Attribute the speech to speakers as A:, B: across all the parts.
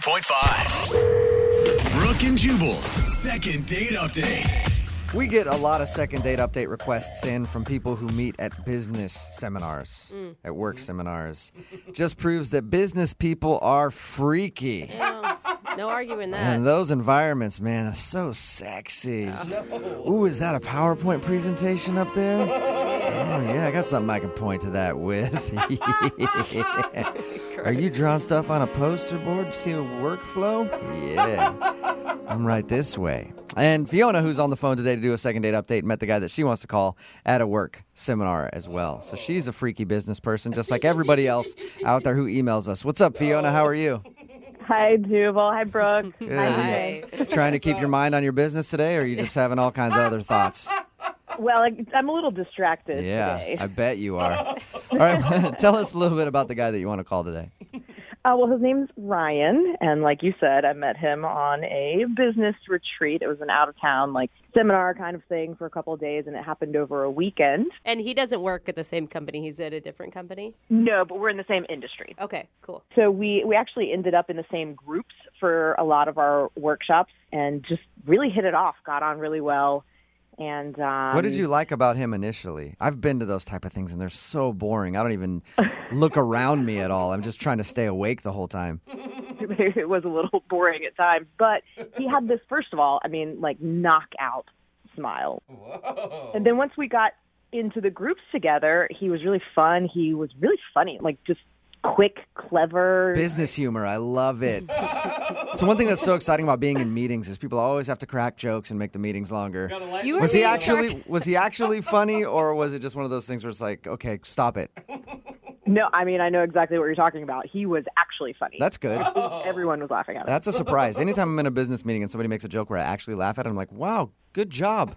A: 92.5. Brooke and Jubal's second date update.
B: We get a lot of second date update requests in from people who meet at business seminars, at work seminars. Just proves that business people are freaky.
C: No arguing that.
B: And those environments, man, are so sexy. Just- Ooh, is that a PowerPoint presentation up there? Oh, yeah, I got something I can point to that with. Yeah. Are you drawing stuff on a poster board? See a workflow? Yeah. I'm right this way. And Fiona, who's on the phone today to do a second date update, met the guy that she wants to call at a work seminar as well. So she's a freaky business person, just like everybody else out there who emails us. What's up, Fiona? How are you?
D: Hi, Jubal. Hi, Brooke.
B: Hi. Trying to keep your mind on your business today, or are you just having all kinds of other thoughts?
D: Well, I- I'm a little distracted
B: Yeah,
D: today.
B: I bet you are. All right, tell us a little bit about the guy that you want to call today.
D: Uh, well, his name's Ryan, and like you said, I met him on a business retreat. It was an out of town like seminar kind of thing for a couple of days, and it happened over a weekend.
C: And he doesn't work at the same company. He's at a different company.
D: No, but we're in the same industry.
C: Okay, cool.
D: So we we actually ended up in the same groups for a lot of our workshops, and just really hit it off. Got on really well. And um,
B: What did you like about him initially? I've been to those type of things, and they're so boring. I don't even look around me at all. I'm just trying to stay awake the whole time.
D: it was a little boring at times, but he had this first of all, I mean, like knockout smile. And then once we got into the groups together, he was really fun. He was really funny, like just quick, clever.
B: Business humor, I love it. so one thing that's so exciting about being in meetings is people always have to crack jokes and make the meetings longer.
C: You were
B: Was he
C: being
B: actually
C: sarc-
B: was he actually funny, or was it just one of those things where it's like, okay, stop it?
D: No, I mean, I know exactly what you're talking about. He was actually funny.
B: That's good.
D: Everyone was laughing at him.
B: That's a surprise. Anytime I'm in a business meeting and somebody makes a joke where I actually laugh at it, I'm like, wow, good job.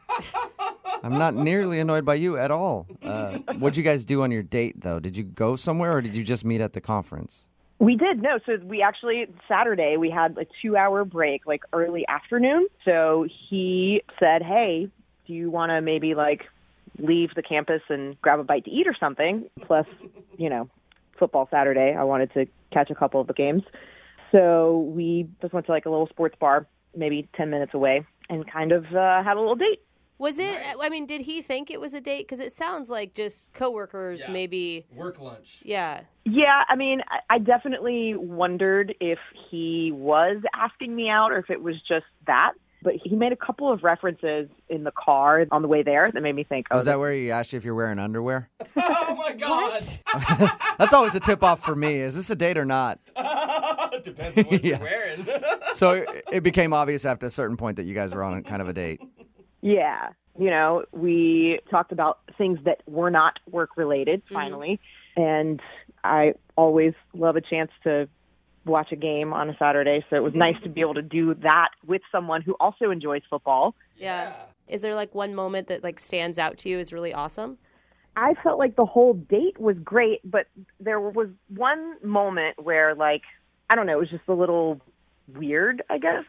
B: I'm not nearly annoyed by you at all. Uh, what'd you guys do on your date, though? Did you go somewhere or did you just meet at the conference?
D: We did. No, so we actually Saturday we had a 2-hour break like early afternoon. So he said, "Hey, do you want to maybe like leave the campus and grab a bite to eat or something?" Plus, you know, football Saturday, I wanted to catch a couple of the games. So we just went to like a little sports bar maybe 10 minutes away and kind of uh, had a little date.
C: Was it? I mean, did he think it was a date? Because it sounds like just coworkers,
E: Yeah.
C: maybe.
E: Work lunch.
C: Yeah.
D: Yeah, I mean, I, I definitely wondered if he was asking me out or if it was just that. But he made a couple of references in the car on the way there that made me think, oh,
B: Was that where he asked you if you're wearing underwear?
E: Oh my god.
B: That's always a tip off for me. Is this a date or not?
E: Depends on what
B: Yeah.
E: you're wearing.
B: So it- it became obvious after a certain point that you guys were on kind of a date.
D: yeah. You know, we talked about things that were not work related finally. And I always love a chance to watch a game on a Saturday. So it was nice to be able to do that with someone who also enjoys football.
C: Yeah. Is there like one moment that like stands out to you is really awesome?
D: I felt like the whole date was great, but there was one moment where, like, I don't know, it was just a little weird, I guess.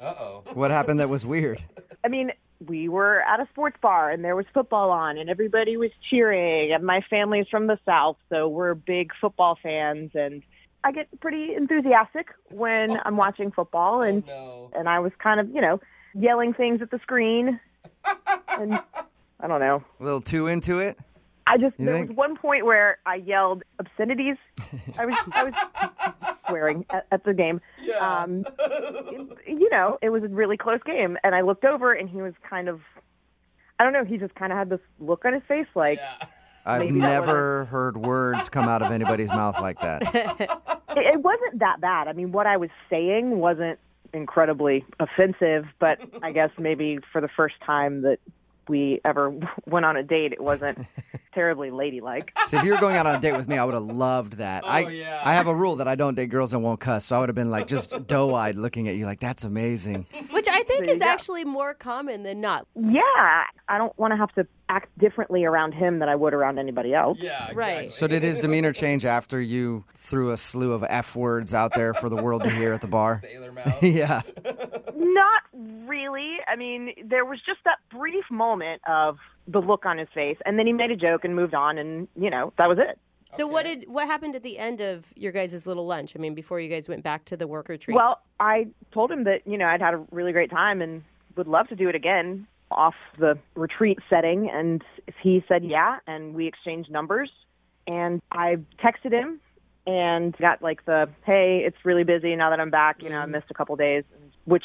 E: Uh oh.
B: What happened that was weird?
D: I mean, we were at a sports bar and there was football on and everybody was cheering. And my family's from the South, so we're big football fans. And I get pretty enthusiastic when I'm watching football. And
E: No.
D: and I was kind of, you know, yelling things at the screen. And I don't know.
B: A little too into it?
D: I just
B: You
D: there
B: think?
D: was one point where I yelled obscenities. I was I was swearing at, at the game.
E: Yeah.
D: Um, you know, it was a really close game, and I looked over, and he was kind of, I don't know, he just kind of had this look on his face, like
E: Yeah.
B: I've
D: Maybe that was-
B: never heard words come out of anybody's mouth like that.
D: it, it wasn't that bad. I mean, what I was saying wasn't incredibly offensive, but I guess maybe for the first time that we ever went on a date, it wasn't terribly ladylike.
B: See, if you were going out on a date with me, I would have loved that. I
E: Oh, yeah.
B: I have a rule that I don't date girls that won't cuss, so I would have been like just doe-eyed looking at you like that's amazing.
C: Which I think
D: There
C: is
D: you go.
C: actually more common than not.
D: Yeah, I don't want to have to act differently around him than I would around anybody else.
E: Yeah.
C: Right.
B: So did his demeanor change after you threw a slew of F words out there for the world to hear at the bar?
E: Sailor mouth.
B: Yeah.
D: Not really. I mean, there was just that brief moment of the look on his face, and then he made a joke and moved on, and, you know, that was it.
C: So what did what happened at the end of your guys' little lunch? I mean, before you guys went back to the work retreat.
D: Well, I told him that, you know, I'd had a really great time and would love to do it again off the retreat setting. And he said, yeah. And we exchanged numbers. And I texted him and got like the, hey, it's really busy now that I'm back. You know, I missed a couple days, which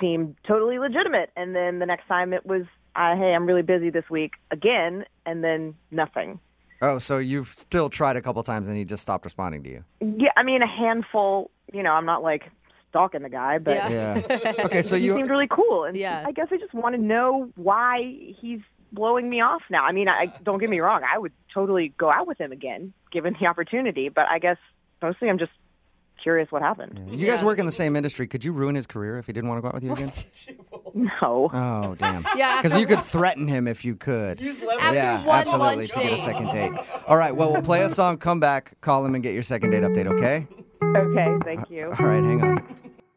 D: seemed totally legitimate. And then the next time it was, uh, hey, I'm really busy this week again. And then nothing.
B: Oh, so you've still tried a couple times and he just stopped responding to you.
D: Yeah, I mean, a handful, you know, I'm not like stalking the guy, but.
C: Yeah.
B: Yeah. Okay, so
D: he seemed
B: you.
D: really cool. And
C: Yeah.
D: I guess I just want to know why he's blowing me off now. I mean, I don't get me wrong, I would totally go out with him again given the opportunity, but I guess mostly I'm just curious what happened.
B: You guys work in the same industry. Could you ruin his career if he didn't want to go out with you again?
D: No.
B: Oh, damn.
C: Yeah,
B: Because
C: after
B: you could threaten him if you could.
E: Use leverage.
C: After
B: yeah,
C: one
B: absolutely.
C: lunch
B: Take a
C: date.
B: second date. All right. Well, we'll play a song, come back, call him, and get your second date update. Okay.
D: Okay, thank you.
B: All right. Hang on.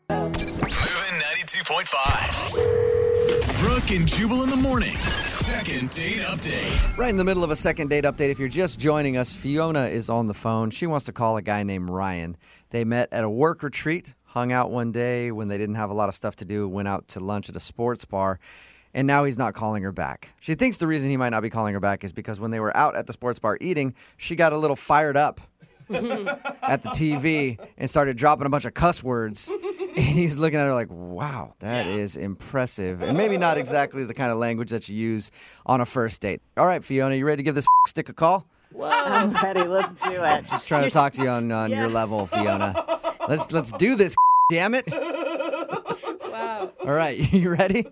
A: Moving 92.5. Brooke and Jubal in the mornings. Second date update.
B: Right in the middle of a second date update. If you're just joining us, Fiona is on the phone. She wants to call a guy named Ryan. They met at a work retreat, hung out one day when they didn't have a lot of stuff to do, went out to lunch at a sports bar. And now he's not calling her back. She thinks the reason he might not be calling her back is because when they were out at the sports bar eating, she got a little fired up at the TV and started dropping a bunch of cuss words. And he's looking at her like, wow, that is impressive. And maybe not exactly the kind of language that you use on a first date. All right, Fiona, you ready to give this stick a call?
C: Whoa.
D: I'm ready. Let's do it.
B: Just trying to talk to you on, on your level, Fiona. Let's let's do this, damn it.
C: Wow.
B: All right, you ready?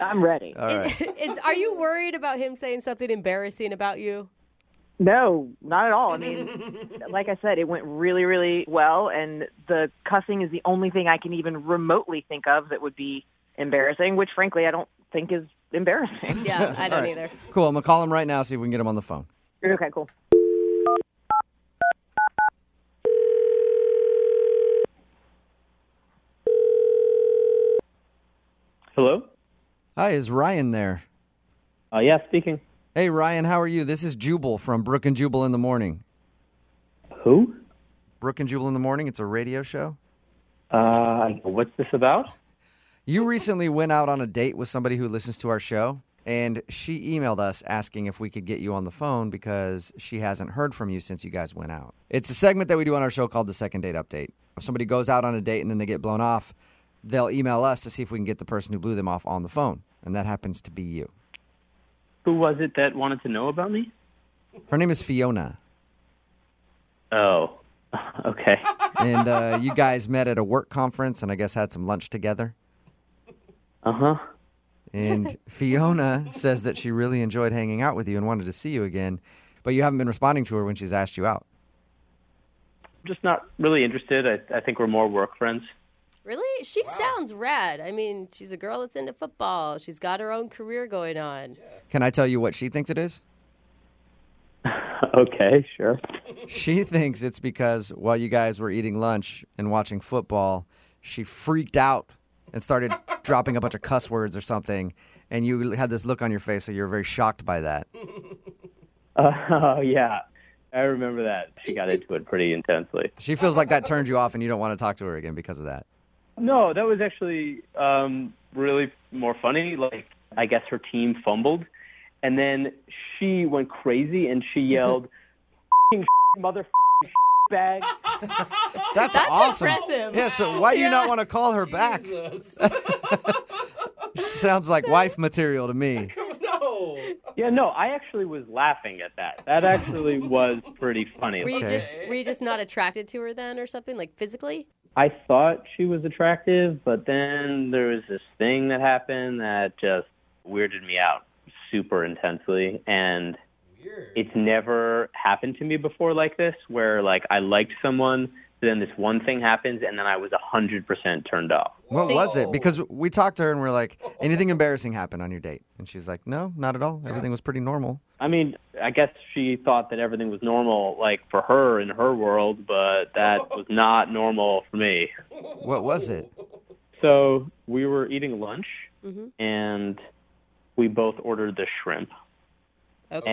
D: I'm ready.
C: Uh,
B: All right.
C: It's, are you worried about him saying something embarrassing about you?
D: No, not at all. I mean, like I said, it went really, really well, and the cussing is the only thing I can even remotely think of that would be embarrassing, which frankly I don't think is embarrassing.
C: Yeah, I don't
B: All right.
C: either.
B: Cool, I'm going to call him right now, see if we can get him on the phone.
D: Okay, cool.
F: Hello?
B: Hi, is Ryan there?
F: Uh, yeah, speaking.
B: Hey, Ryan, how are you? This is Jubal from Brook and Jubal in the Morning.
F: Who?
B: Brook and Jubal in the Morning, it's a radio show.
F: Uh, what's this about?
B: You recently went out on a date with somebody who listens to our show, and she emailed us asking if we could get you on the phone because she hasn't heard from you since you guys went out. It's a segment that we do on our show called the Second Date Update. If somebody goes out on a date and then they get blown off, they'll email us to see if we can get the person who blew them off on the phone, and that happens to be you.
F: Who was it that wanted to know about me?
B: Her name is Fiona,
F: Oh, okay.
B: and uh, you guys met at a work conference and I guess had some lunch together.
F: Uh huh.
B: And Fiona says that she really enjoyed hanging out with you and wanted to see you again, but you haven't been responding to her when she's asked you out.
F: Just not really interested. I, I think we're more work friends.
C: Really? She sounds rad. I mean, she's a girl that's into football. She's got her own career going on.
B: Can I tell you what she thinks it is?
F: okay, sure.
B: She thinks it's because while you guys were eating lunch and watching football, she freaked out and started dropping a bunch of cuss words or something. And you had this look on your face that you were very shocked by that.
F: Uh, oh, yeah. I remember that. She got into it pretty intensely.
B: She feels like that turned you off and you don't want to talk to her again because of that.
F: No, that was actually um, really more funny. Like, I guess her team fumbled, and then she went crazy and she yelled, "F***ing mother f***ing bag."
B: That's,
C: That's
B: awesome.
C: impressive.
B: Yeah, so why do you not
C: Yeah.
B: want to call her back?
E: Jesus.
B: Sounds like wife material to me.
E: no.
F: Yeah, no, I actually was laughing at that. That actually was pretty funny.
C: Were you
B: Okay.
C: just were you just not attracted to her then or something like physically?
F: I thought she was attractive, but then there was this thing that happened that just weirded me out super intensely and
E: Weird.
F: it's never happened to me before like this where like I liked someone, then this one thing happens and then I was 100% turned off.
B: What
E: Whoa.
B: was it? Because we talked to her and we're like, anything embarrassing happened on your date? And she's like, no, not at all. Everything was pretty normal.
F: I mean, I guess she thought that everything was normal like for her in her world, but that was not normal for me.
B: What was it?
F: So we were eating lunch,
C: Mhm.
F: and we both ordered the shrimp.
C: Okay.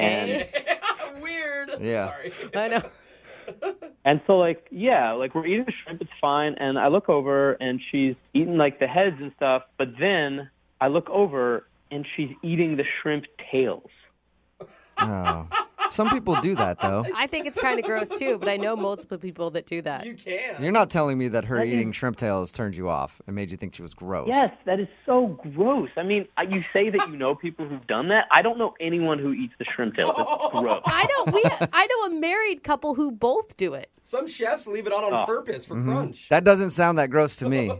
F: And
E: Weird. weird.
B: Yeah.
E: Sorry.
C: I know.
F: And so, like, yeah, like we're eating shrimp, it's fine. And I look over and she's eating like the heads and stuff. But then I look over and she's eating the shrimp tails.
B: Oh. Some people do that though.
C: I think it's kind of gross too, but I know multiple people that do that.
E: You can.
B: You're not telling me that her eating shrimp tails turned you off and made you think she was gross.
F: Yes, that is so gross. I mean, I- you say that you know people who've done that. I don't know anyone who eats the shrimp tails. It's gross.
C: I know we I know a married couple who both do it.
E: Some chefs leave it on on
F: Oh.
E: purpose for crunch.
B: Mm-hmm. That doesn't sound that gross to me.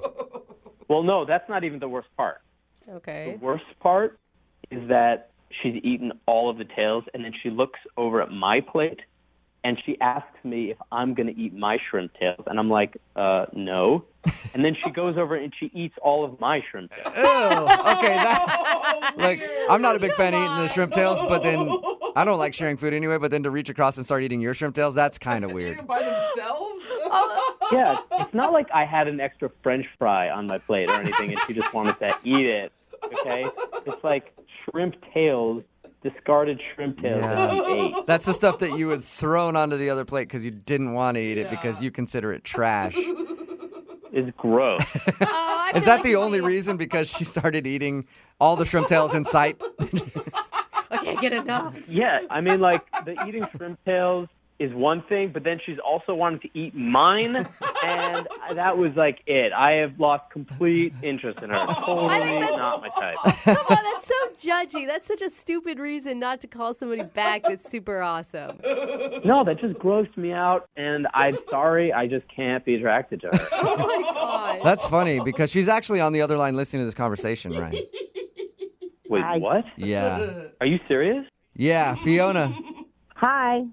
F: Well, no, that's not even the worst part. The
C: Okay.
F: worst part is that she's eaten all of the tails, and then she looks over at my plate and she asks me if I'm going to eat my shrimp tails, and I'm like, uh, no. and then she goes over and she eats all of my shrimp tails.
B: Ew. Okay, that
E: Oh,
B: like
E: weird.
B: I'm not a big fan of eating the shrimp tails, but then I don't like sharing food anyway, but then to reach across and start eating your shrimp tails, that's kind of
E: Eat
B: weird.
E: it by themselves.
F: yeah, it's not like I had an extra French fry on my plate or anything, and she just wanted to eat it. Okay, it's like shrimp tails, discarded shrimp tails that she ate.
B: That's the stuff that you had thrown onto the other plate because you didn't want to eat it because you consider it trash.
F: It's gross.
C: Oh, I
B: Is
C: feel
B: that
C: like
B: the
C: you
B: only
C: wanna-
B: reason because she started eating all the shrimp tails in sight?
C: I can't get enough.
F: Yeah, I mean, like the eating shrimp tails is one thing, but then she's also wanting to eat mine, and that was like it. I have lost complete interest in her. Totally
C: that's-
F: not my type.
C: Come on, that's so judgy. That's such a stupid reason not to call somebody back that's super awesome.
F: No, that just grossed me out, and I'm sorry. I just can't be attracted to her.
C: Oh God.
B: That's funny because she's actually on the other line listening to this conversation, right?
F: Wait,
D: Hi.
F: what?
B: Yeah.
F: Are you serious?
B: Yeah, Fiona.
D: Hi.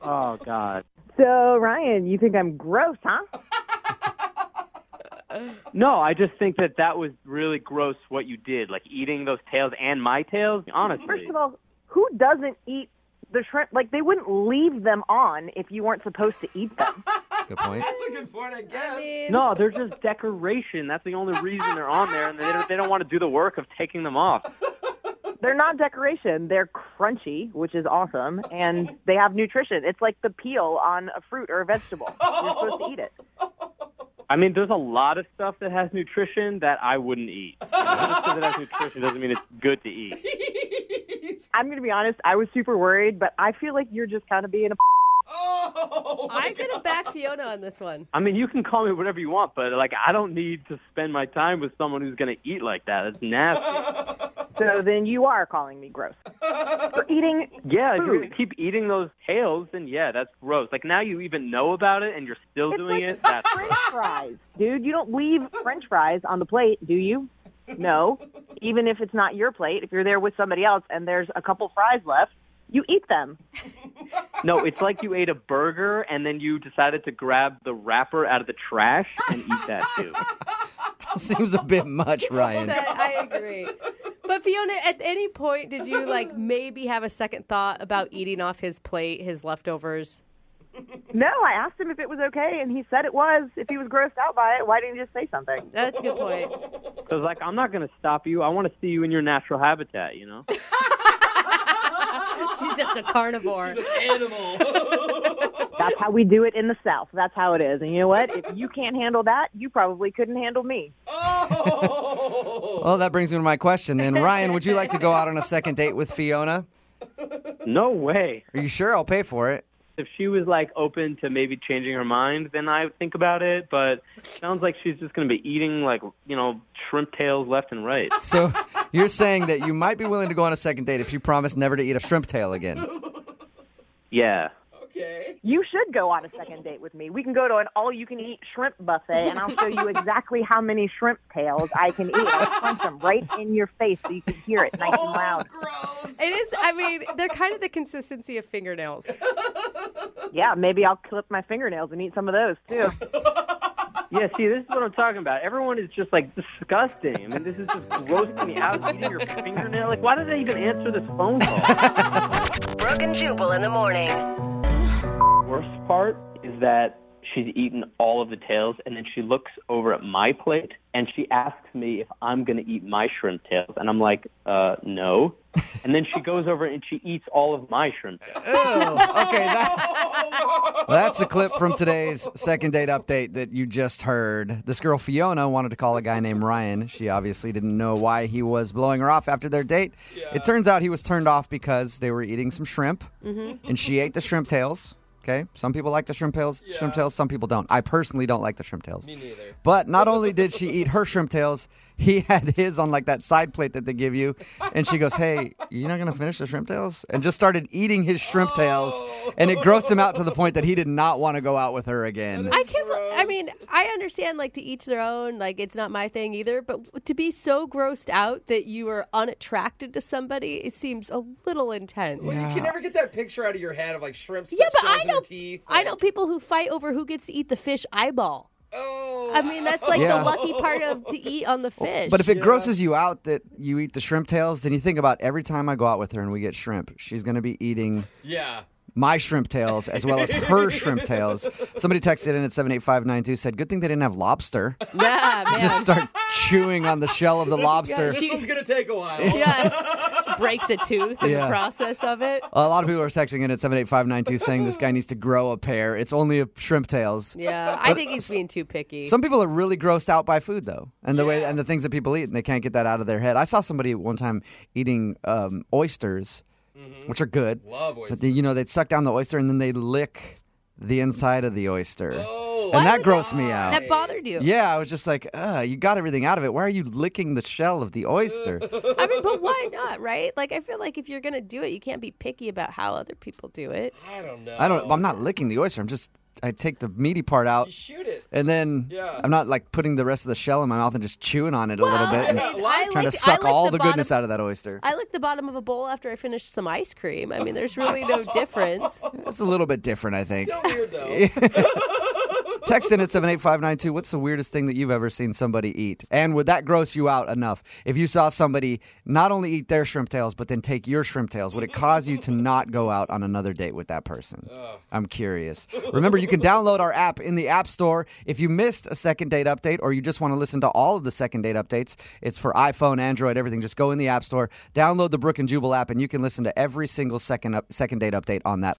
F: Oh God.
D: So, Ryan, you think I'm gross, huh?
F: No, I just think that that was really gross what you did, like eating those tails and my tails. Honestly.
D: First of all, who doesn't eat the shrimp? Like, they wouldn't leave them on if you weren't supposed to eat them.
B: Good point.
E: That's a good point, I guess.
F: No, they're just decoration. That's the only reason they're on there, and they don't, they don't want to do the work of taking them off.
D: They're not decoration. They're crunchy, which is awesome, and they have nutrition. It's like the peel on a fruit or a vegetable. You're supposed to eat it.
F: I mean, there's a lot of stuff that has nutrition that I wouldn't eat. You know, just because it has nutrition doesn't mean it's good to eat.
D: I'm going to be honest. I was super worried, but I feel like you're just kind of being a.
E: Oh, my
C: I'm gonna back Fiona on this one.
F: I mean, you can call me whatever you want, but like, I don't need to spend my time with someone who's going to eat like that. It's nasty.
D: So then you are calling me gross for eating.
F: Yeah, if you keep eating those tails, then yeah, that's gross. Like now you even know about it, and you're still
D: It's
F: doing
D: like
F: it. That's
D: French fries, dude. You don't leave French fries on the plate, do you? No. Even if it's not your plate, if you're there with somebody else and there's a couple fries left, you eat them.
F: No, it's like you ate a burger and then you decided to grab the wrapper out of the trash and eat that too.
B: Seems a bit much, Ryan.
C: That- I agree. But Fiona, at any point did you like maybe have a second thought about eating off his plate, his leftovers?
D: No, I asked him if it was okay, and he said it was. If he was grossed out by it, why didn't he just say something?
C: That's a good point.
F: Because like I'm not gonna stop you. I want to see you in your natural habitat. You know.
C: She's just a carnivore.
E: She's an animal.
D: That's how we do it in the South. That's how it is. And you know what? If you can't handle that, you probably couldn't handle me.
E: oh.
B: Well, that brings me to my question then. Ryan, would you like to go out on a second date with Fiona?
F: No way.
B: Are you sure I'll pay for it?
F: If she was like open to maybe changing her mind, then I would think about it. But sounds like she's just gonna be eating like you know shrimp tails left and right.
B: So you're saying that you might be willing to go on a second date if you promise never to eat a shrimp tail again.
F: Yeah.
E: Okay.
D: You should go on a second date with me. We can go to an all-you-can-eat shrimp buffet, and I'll show you exactly how many shrimp tails I can eat. I'll crunch them right in your face so you can hear it nice and
E: Oh,
D: loud.
E: gross.
C: It is I mean, they're kind of the consistency of fingernails.
D: Yeah, maybe I'll clip my fingernails and eat some of those too.
F: Yeah. See, this is what I'm talking about. Everyone is just like disgusting. I mean, this is just grossing me out. Eating your fingernail. Like, why did I even answer this phone call?
G: Brooke and Jubal in the morning.
F: worst part is that she She's eaten all of the tails, and then she looks over at my plate and she asks me if I'm going to eat my shrimp tails, and I'm like, uh, no. And then she goes over and she eats all of my shrimp tails.
B: Oh, okay, that- that's a clip from today's second date update that you just heard. This girl Fiona wanted to call a guy named Ryan. She obviously didn't know why he was blowing her off after their date. It turns out he was turned off because they were eating some shrimp, and she ate the shrimp tails. Okay, some people like the shrimp tails. Shrimp tails. Some people don't. I personally don't like the shrimp tails. Me
E: neither.
B: But not only did she eat her shrimp tails, he had his on like that side plate that they give you. And she goes, Hey, you're not going to finish the shrimp tails? And just started eating his shrimp tails. And it grossed him out to the point that he did not want to go out with her again.
C: I can't. bel- I mean, I understand like to each their own. Like it's not my thing either. But to be so grossed out that you are unattracted to somebody, it seems a little intense.
E: Well, you can never get that picture out of your head of like shrimp stuck
C: Yeah, but
E: shells
C: I
E: in your
C: know.
E: teeth.
C: I
E: like,
C: know people who fight over who gets to eat the fish eyeball.
E: Oh,
C: I mean, that's like
B: Yeah. Oh,
C: the lucky part of to eat on the fish.
B: But if it grosses you out that you eat the shrimp tails, then you think about every time I go out with her and we get shrimp, she's going to be eating
E: yeah.
B: my shrimp tails as well as her shrimp tails. Somebody texted in at 78592 said, Good thing they didn't have lobster.
C: yeah, man.
B: Just start chewing on the shell of the lobster.
E: This one's gonna take a while.
C: yeah, breaks a tooth in
B: Yeah.
C: the process of it.
B: A lot of people are texting in at 78592 saying this guy needs to grow a pair. It's only a shrimp tails.
C: Yeah, I think he's being too picky.
B: Some people are really grossed out by food though, and the way and the things that people eat, and they can't get that out of their head. I saw somebody one time eating um, oysters,
C: Mm-hmm.
B: which are good.
E: Love
B: But
E: oysters.
B: they, you know, they'd suck down the oyster and then they lick the inside of the oyster,
E: Oh,
B: and
C: Why
B: that
C: would
B: grossed me out.
C: that bothered you.
B: yeah, I was just like, Ugh, you got everything out of it. Why are you licking the shell of the oyster?
C: I mean, but why not, right? Like, I feel like if you're gonna do it, you can't be picky about how other people do it.
E: I don't know.
B: I don't. I'm not licking the oyster. I'm just. I take the meaty part out.
E: You shoot it.
B: And then
E: Yeah.
B: I'm not like putting the rest of the shell in my mouth and just chewing on it a little bit
C: I
B: and
C: mean, I
B: trying
C: licked-
B: to
C: I
B: suck
C: licked
B: all the,
C: the
B: goodness
C: bottom-
B: out of that oyster.
C: I licked the bottom of a bowl after I finished some ice cream. I mean, there's really no difference.
B: It's a little bit different, I think.
E: Still weird though.
B: Text in at 78592. What's the weirdest thing that you've ever seen somebody eat? And would that gross you out enough? If you saw somebody not only eat their shrimp tails, but then take your shrimp tails, would it cause you to not go out on another date with that person? I'm curious. Remember, you can download our app in the App Store. If you missed a second date update or you just want to listen to all of the second date updates, it's for iPhone, Android, everything. Just go in the App Store, download the Brook and Jubal app, and you can listen to every single second, up, second date update on that